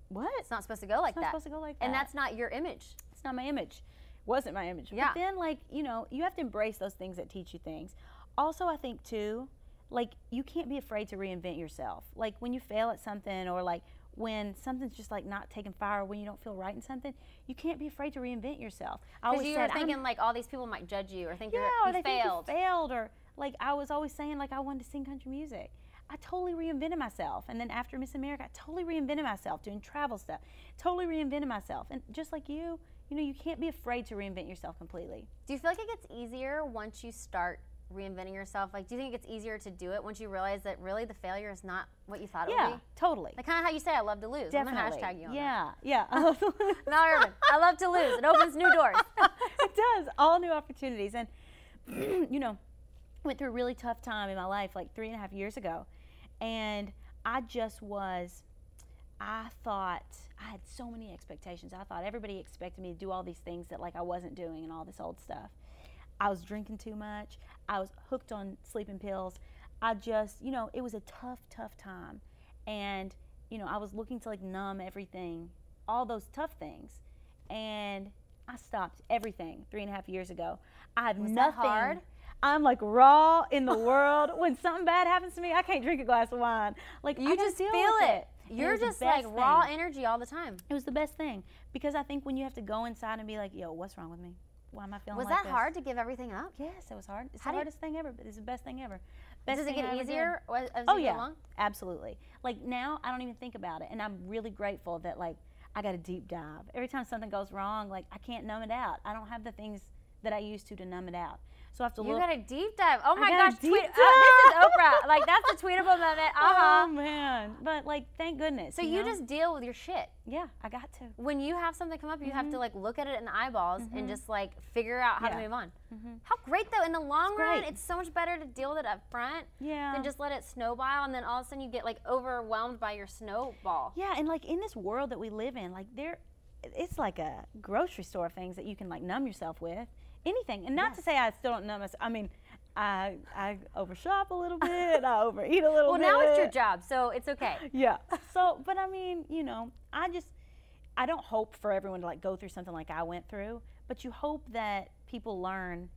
E: what?
D: It's not supposed to go like
E: not
D: that.
E: supposed to go like
D: And
E: that.
D: that's not your image.
E: it's not my image. Wasn't my image.
D: Yeah.
E: But then like, you know, you have to embrace those things that teach you things. Also, I think too, like you can't be afraid to reinvent yourself. Like when you fail at something or like when something's just like not taking fire, when you don't feel right in something, you can't be afraid to reinvent yourself. I
D: Because
E: always
D: you
E: said,
D: were
E: "I'm-
D: thinking like all these people might judge you or think
E: yeah,
D: you're,
E: or they
D: you failed.
E: think you failed, or like I was always saying, like I wanted to sing country music. I totally reinvented myself, and then after Miss America, I totally reinvented myself doing travel stuff. Totally reinvented myself, and just like you, you know, you can't be afraid to reinvent yourself completely.
D: Do you feel like it gets easier once you start reinventing yourself? Like, do you think it gets easier to do it once you realize that really the failure is not what you thought it
E: yeah,
D: would be?
E: totally.
D: Like, kind of how you say, I love to lose.
E: Definitely.
D: I'm going to hashtag you on that.
E: yeah, yeah.
D: Mel Irvin, I love to lose. It opens new doors.
E: it does all new opportunities and you know, went through a really tough time in my life like three and a half years ago. And I just was, I thought, I had so many expectations. I thought everybody expected me to do all these things that like I wasn't doing and all this old stuff. I was drinking too much. I was hooked on sleeping pills. I just, you know, it was a tough, tough time. And, you know, I was looking to like numb everything, all those tough things. And I stopped everything three and a half years ago. I have nothing.
D: hard?
E: I'm like raw in the world. when something bad happens to me, I can't drink a glass of wine. Like
D: You
E: I gotta
D: just
E: deal
D: feel
E: with
D: it.
E: And
D: You're
E: was the
D: just like
E: best
D: raw
E: thing.
D: energy all the time.
E: It was the best thing because I think when you have to go inside and be like, "Yo, what's wrong with me? Why am I feeling?"
D: Was
E: like
D: that
E: this?"
D: hard to give everything up?
E: Yes, it was hard. It's
D: How did-
E: the hardest thing ever, but it's the best thing ever. Best
D: Does it get
E: thing I ever did.
D: easier wa- as
E: Oh
D: you
E: yeah,
D: go along?
E: absolutely. Like now, I don't even think about it, and I'm really grateful that like I got a deep dive. Every time something goes wrong, like I can't numb it out. I don't have the things that I used to to numb it out. So I have to
D: You
E: look.
D: got a deep dive. Oh my
E: got a
D: gosh, tweet.
E: deep
D: Oh, this is
E: dive.
D: Oprah. Like that's a tweetable moment. Uh huh.
E: Oh man! But like, thank goodness.
D: so you
E: know?
D: just deal with your shit.
E: yeah, I got to.
D: When you have something come up, you have to like look at it in the eyeballs and just like figure out how to
E: Mm-hmm. Yeah. Mm-hmm.
D: move on. How great though! In the long run,
E: great.
D: it's so much better to deal with it up front
E: Yeah.
D: than just let it snowball, and then all of a sudden you get like overwhelmed by your snowball.
E: Yeah, and like in this world that we live in, like there, it's like a grocery store of things that you can like numb yourself with anything. And not to say I still don't numb myself. I mean, I I overshop a little bit. I overeat a little
D: Well,
E: bit.
D: now it's your job, so it's okay.
E: Yeah. So, but I mean, you know, I just I don't hope for everyone to like go through something like I went through, but you hope that people learn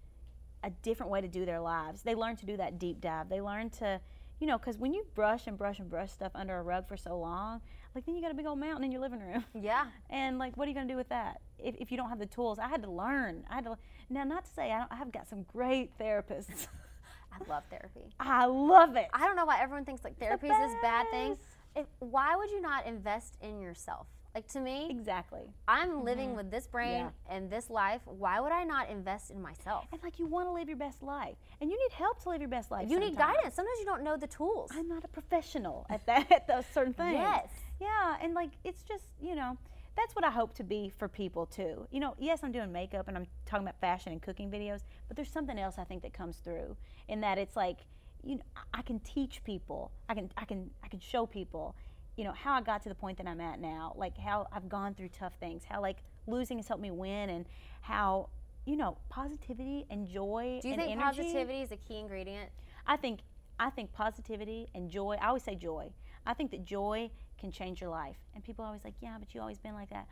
E: a different way to do their lives. They learn to do that deep dive. They learn to, you know, because when you brush and brush and brush stuff under a rug for so long, like then you got a big old mountain in your living room.
D: Yeah.
E: And like, what are you going to do with that if, if you don't have the tools? I had to learn. I had to now not to say I don't. I've got some great therapists.
D: I love therapy.
E: I love it.
D: I don't know why everyone thinks like therapy is this bad thing. If, why would you not invest in yourself? Like to me,
E: Exactly.
D: I'm living
E: mm-hmm.
D: with this brain and this life. Why would I not invest in myself?
E: And like, you want to live your best life, and you need help to live your best life.
D: You need
E: sometimes.
D: guidance. Sometimes you don't know the tools.
E: I'm not a professional at that at those certain things.
D: Yes.
E: Yeah, and like it's just you know that's what I hope to be for people too. You know, yes, I'm doing makeup and I'm talking about fashion and cooking videos, but there's something else I think that comes through in that it's like you know I- I can teach people, I can I can I can show people, you know how I got to the point that I'm at now, like how I've gone through tough things, how like losing has helped me win, and how you know positivity and joy.
D: Do you
E: and
D: think
E: energy,
D: positivity is a key ingredient?
E: I think I think positivity and joy. I always say joy. I think that joy can change your life. And people are always like, yeah, but you always been like that.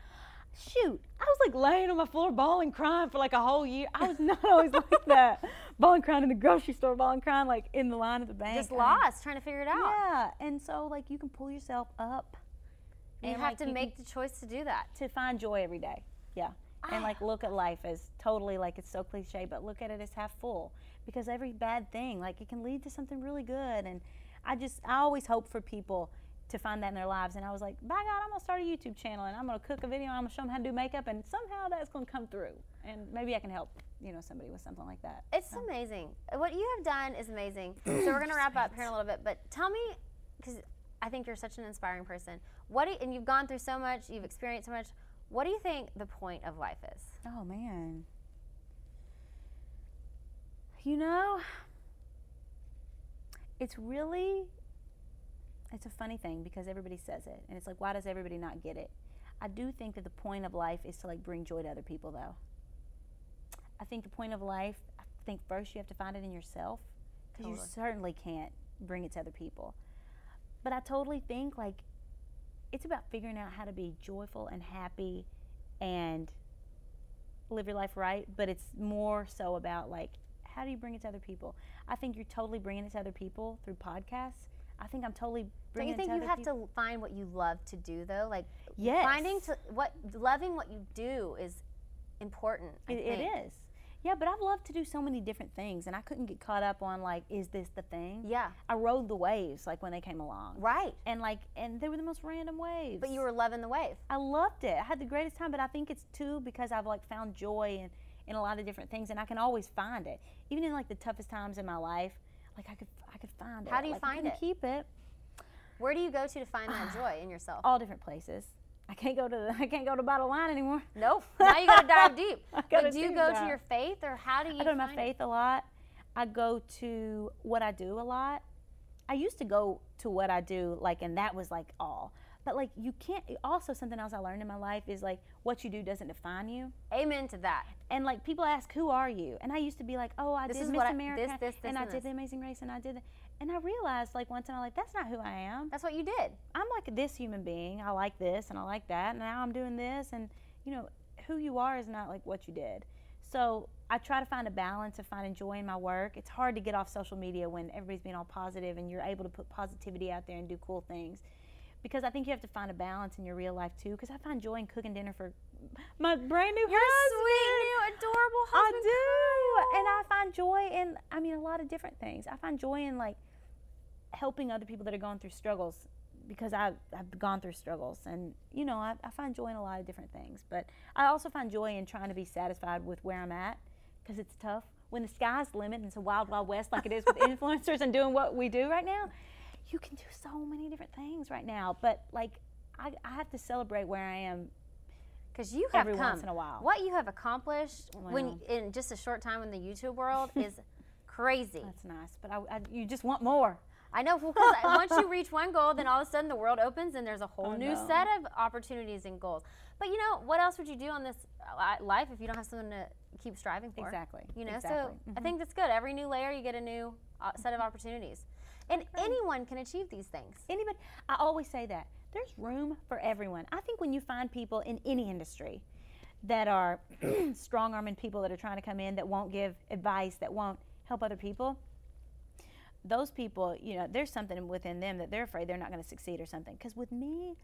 E: Shoot, I was like laying on my floor, bawling, crying for like a whole year. I was not always like that. Bawling, crying in the grocery store, bawling, crying like in the line at the bank.
D: Just
E: I mean,
D: lost, trying to figure it out.
E: Yeah, and so like you can pull yourself up
D: you
E: and,
D: have
E: like,
D: to
E: you
D: make the choice to do that.
E: to find joy every day. Yeah. And like look at life as totally like it's so cliche, but look at it as half full because every bad thing like it can lead to something really good. And I just I always hope for people to find that in their lives. And I was like, by God, I'm gonna start a YouTube channel and I'm gonna cook a video. and I'm gonna show them how to do makeup, and somehow that's gonna come through. And maybe I can help you know somebody with something like that.
D: It's amazing. What you have done is amazing. so we're gonna wrap up here in a little bit, but tell me, because I think you're such an inspiring person. What do you, and you've gone through so much, you've experienced so much. What do you think the point of life is?
E: Oh man. You know, it's really it's a funny thing because everybody says it and it's like why does everybody not get it? I do think that the point of life is to like bring joy to other people though. I think the point of life, I think first you have to find it in yourself because you certainly can't bring it to other people. But I totally think like it's about figuring out how to be joyful and happy and live your life right, but it's more so about like how do you bring it to other people? I think you're totally bringing it to other people through podcasts. I think I'm totally
D: Don't
E: bringing
D: you think
E: it to
D: you
E: other
D: have
E: people.
D: to find what you love to do though? Like
E: yes.
D: finding to what loving what you do is important. I
E: It,
D: think.
E: it is. Yeah, but I've loved to do so many different things, and I couldn't get caught up on like, is this the thing?
D: Yeah.
E: I rode the waves like when they came along,
D: Right.
E: and like, and they were the most random waves.
D: But you were loving the wave.
E: I loved it. I had the greatest time, but I think it's too because I've like found joy in, in a lot of different things, and I can always find it, even in like the toughest times in my life. Like I could, I could find it.
D: How do you
E: Like, if I
D: find
E: can
D: it?
E: Keep it
D: Where do you go to to find that joy in yourself?
E: all different places. I can't go to the I can't go to bottle line anymore.
D: Nope. Now you gotta dive deep.
E: I gotta
D: But do you
E: do
D: go
E: that.
D: to your faith or how do you
E: I go to my
D: find it?
E: faith a lot. I go to what I do a lot. I used to go to what I do like, and that was like all. But like you can't. Also, something else I learned in my life is like what you do doesn't define you.
D: Amen to that.
E: And like people ask, who are you? And I used to be like, oh, I did
D: is
E: Miss
D: what I-
E: America,
D: this, this, this,
E: and I
D: and
E: did
D: this.
E: the Amazing Race, and I did. The, and I realized like once, and I'm like, that's not who I am.
D: That's what you did.
E: I'm like this human being. I like this and I like that. And now I'm doing this. And, you know, who you are is not like what you did. So I try to find a balance of finding joy in my work. It's hard to get off social media when everybody's being all positive and you're able to put positivity out there and do cool things. Because I think you have to find a balance in your real life too. Because I find joy in cooking dinner for my brand new husband.
D: Sweet, new, adorable
E: I
D: husband.
E: do. And I find joy in, I mean, a lot of different things. I find joy in like helping other people that are going through struggles because I've, I've gone through struggles. And, you know, I, I find joy in a lot of different things. But I also find joy in trying to be satisfied with where I'm at because it's tough. When the sky's the limit and it's a wild, wild west like it is with influencers and doing what we do right now, you can do so many different things right now. But like, I, I have to celebrate where I am
D: Because you have
E: every
D: come.
E: once in a while.
D: What you have accomplished
E: Wow.
D: when in just a short time in the YouTube world is crazy.
E: That's nice, but I, I, you just want more.
D: I know because once you reach one goal, then all of a sudden the world opens and there's a whole
E: Oh,
D: new
E: no.
D: set of opportunities and goals. But you know what else would you do on this uh, li- life if you don't have something to keep striving for?
E: Exactly,
D: You know,
E: exactly.
D: so I think that's good. Every new layer, you get a new uh, set of opportunities, and anyone can achieve these things.
E: Anybody, I always say that there's room for everyone. I think when you find people in any industry that are strong arming people that are trying to come in that won't give advice, that won't help other people, those people, you know, there's something within them that they're afraid they're not going to succeed or something. Because with me,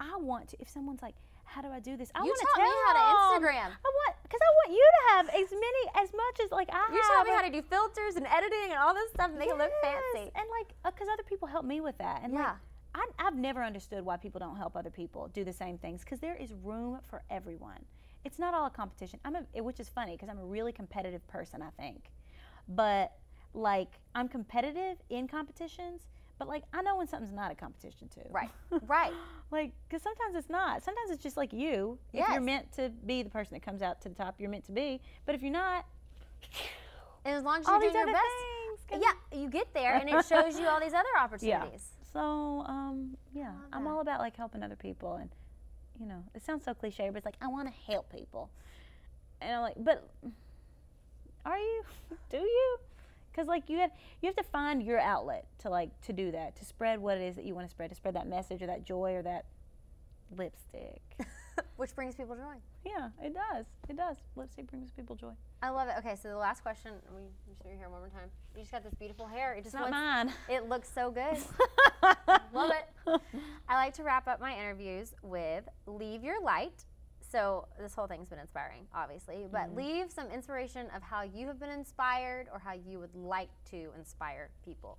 E: I want to. If someone's like, "How do I do this?" I want to
D: taught
E: tell
D: me how to
E: them.
D: Instagram.
E: I want because I want you to have as many as much as like I have.
D: You taught me
E: of-
D: how to do filters and editing and all this stuff, make it look
E: Yes,
D: fancy.
E: And like, because other people help me with that. And like,
D: Yeah.
E: I, I've never understood why people don't help other people do the same things because there is room for everyone. It's not all a competition. I'm a, it- which is funny because I'm a really competitive person, I think. But like, I'm competitive in competitions, but like, I know when something's not a competition too.
D: Right, right.
E: Like, because sometimes it's not. Sometimes it's just like you. If
D: Yes.
E: you're meant to be the person that comes out to the top, you're meant to be. But if you're not,
D: And as long as
E: all
D: you're
E: these
D: doing your
E: other
D: best,
E: things. can-
D: yeah, you get there, and it shows you all these other opportunities.
E: So, um, yeah, I'm all about like helping other people, and you know, it sounds so cliche, but it's like I want to help people, and I'm like, but are you? Do you? Because like you had, you have to find your outlet to like to do that, to spread what it is that you want to spread, to spread that message or that joy or that lipstick.
D: Which brings people joy.
E: yeah, it does. It does. Lipstick brings people joy.
F: I love it. Okay, so the last question. We you should do your hair one more time. You just got this beautiful hair. It just
E: It's not
F: wants,
E: mine.
F: it looks so good.
D: Love it. I like to wrap up my interviews with leave your light. So this whole thing's been inspiring, obviously, but
E: Mm-hmm.
D: leave some inspiration of how you have been inspired or how you would like to inspire people.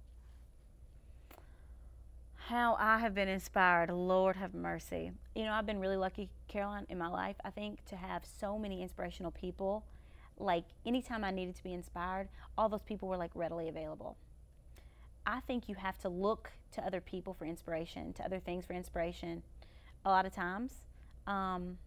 E: How I have been inspired, Lord have mercy. You know, I've been really lucky, Caroline, in my life, I think, to have so many inspirational people. Like, anytime I needed to be inspired, all those people were like readily available. I think you have to look to other people for inspiration, to other things for inspiration a lot of times. Um,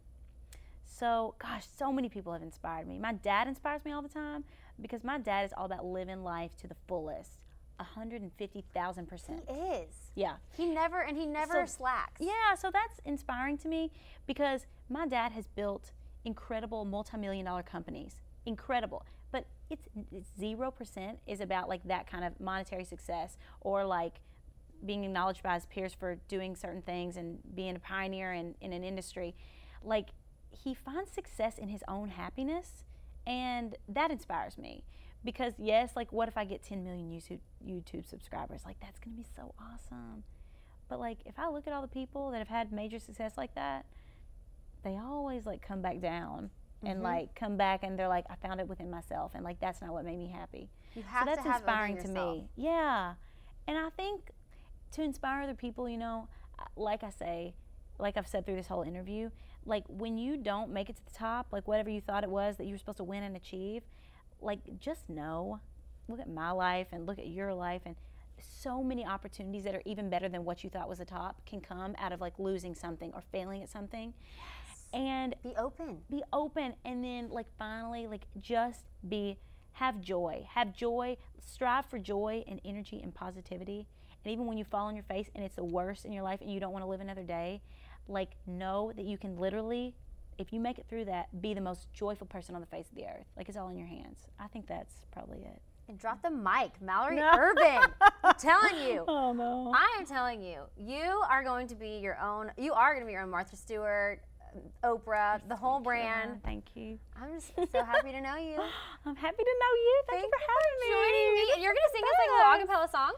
E: so, gosh, so many people have inspired me. My dad inspires me all the time because my dad is all about living life to the fullest 150,000%.
D: Is
E: Yeah.
D: he never and he never
E: So-
D: slacks.
E: Yeah, so that's inspiring to me because my dad has built incredible multi-million dollar companies. Incredible. But it's it's 0% is about like that kind of monetary success or like being acknowledged by his peers for doing certain things and being a pioneer in, in an industry. Like he finds success in his own happiness and that inspires me because yes, like what if I get 10 million YouTube YouTube subscribers? Like that's going to be so awesome. But like, if I look at all the people that have had major success like that, they always like come back down and like come back and they're like, I found it within myself, and like that's not what made me happy.
D: You have
E: so that's
D: to have it within
E: inspiring to
D: yourself.
E: me. Yeah, and I think to inspire other people, you know, I- like I say, like I've said through this whole interview, like when you don't make it to the top, like whatever you thought it was that you were supposed to win and achieve, like just know, look at my life and look at your life and so many opportunities that are even better than what you thought was the top can come out of like losing something or failing at something. And
D: Be open.
E: be open and then like finally like just be have joy have joy strive for joy and energy and positivity and even when you fall on your face and it's the worst in your life and you don't want to live another day like know that you can literally if you make it through that be the most joyful person on the face of the earth like it's all in your hands i think that's probably it
D: And drop the mic, Mallory Urban. I'm telling you.
E: oh no
D: I am telling you, you are going to be your own. You are going to be your own Martha Stewart, um, Oprah, the whole brand.
E: thank you
D: I'm just so happy to know you.
E: i'm happy to know you thank, you for having me
D: Joining me, and you're going to sing us
E: Yes.
D: like a Log and Pella song.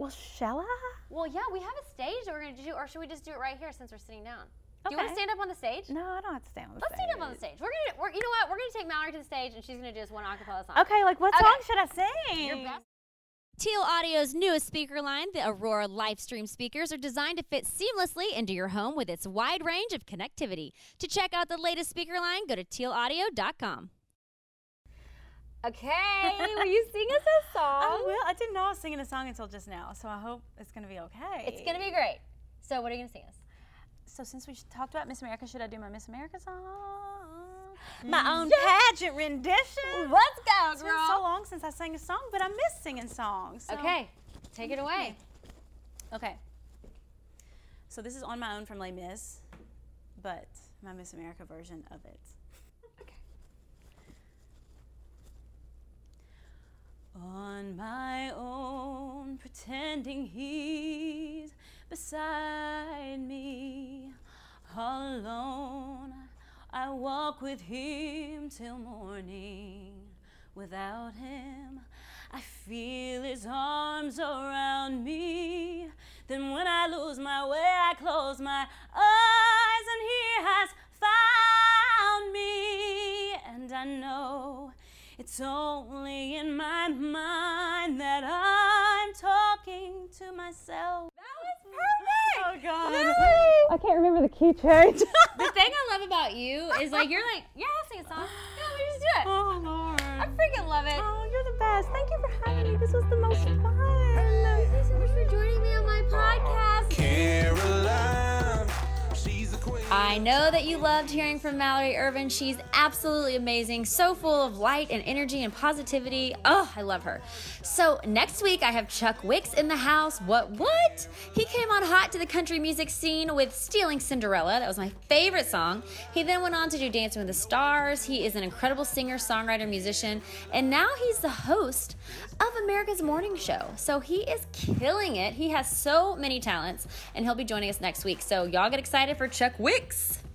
E: well shall i
F: Well, yeah, we have a stage that we're going to do, or should we just do it right here since we're sitting down? Do you want
E: Okay.
F: to stand up on the stage?
E: no i don't have to stay on the
F: Let's stand up on the stage. We're gonna, we're, you know what? We're gonna take Mallory to the stage, and she's gonna do us one acapella song.
E: okay like what
F: Okay.
E: song should i sing
F: Your best
B: Teal Audio's newest speaker line, the Aurora Livestream speakers, are designed to fit seamlessly into your home with its wide range of connectivity. To check out the latest speaker line, go to tealaudio.com.
F: Okay, will you sing us a
E: I
F: song?
E: will. I didn't know I was singing a song until just now, so I hope it's gonna be okay.
F: It's gonna be great. So, what are you gonna sing us?
E: So since we sh- talked about Miss America, should I do my Miss America song? My
F: Mm,
E: own pageant rendition.
F: Let's go,
E: It's been so long since I sang a song, but I miss singing songs. so-
F: Okay, take it away.
E: Okay. So this is on my own from Les Mis, but my Miss America version of it. On my own, pretending he's beside me. All alone, I walk with him till morning. Without him, I feel his arms around me. Then when I lose my way, I close my eyes, and he has found me. And I know it's only in my mind that I'm talking to myself. That was perfect! Oh, God. I can't remember the key change.
F: The thing I love about you is like you're like yeah, I'll sing a song. Yeah, we just do it.
E: oh, Lord.
F: I freaking love it.
E: Oh, you're the best. Thank you for having me. This was the most fun.
F: Thanks so much for joining me on my podcast.
A: Caroline, she's the queen.
C: I know that you loved hearing from Mallory Irvin. She's absolutely amazing, so full of light and energy and positivity. Oh, I love her. So, next week I have Chuck Wicks in the house. What, what? He came on hot to the country music scene with Stealing Cinderella. That was my favorite song. He then went on to do Dancing with the Stars. He is an incredible singer, songwriter, musician, and now he's the host of America's Morning Show. So, he is killing it. He has so many talents, and he'll be joining us next week. So, y'all get excited for Chuck Wicks.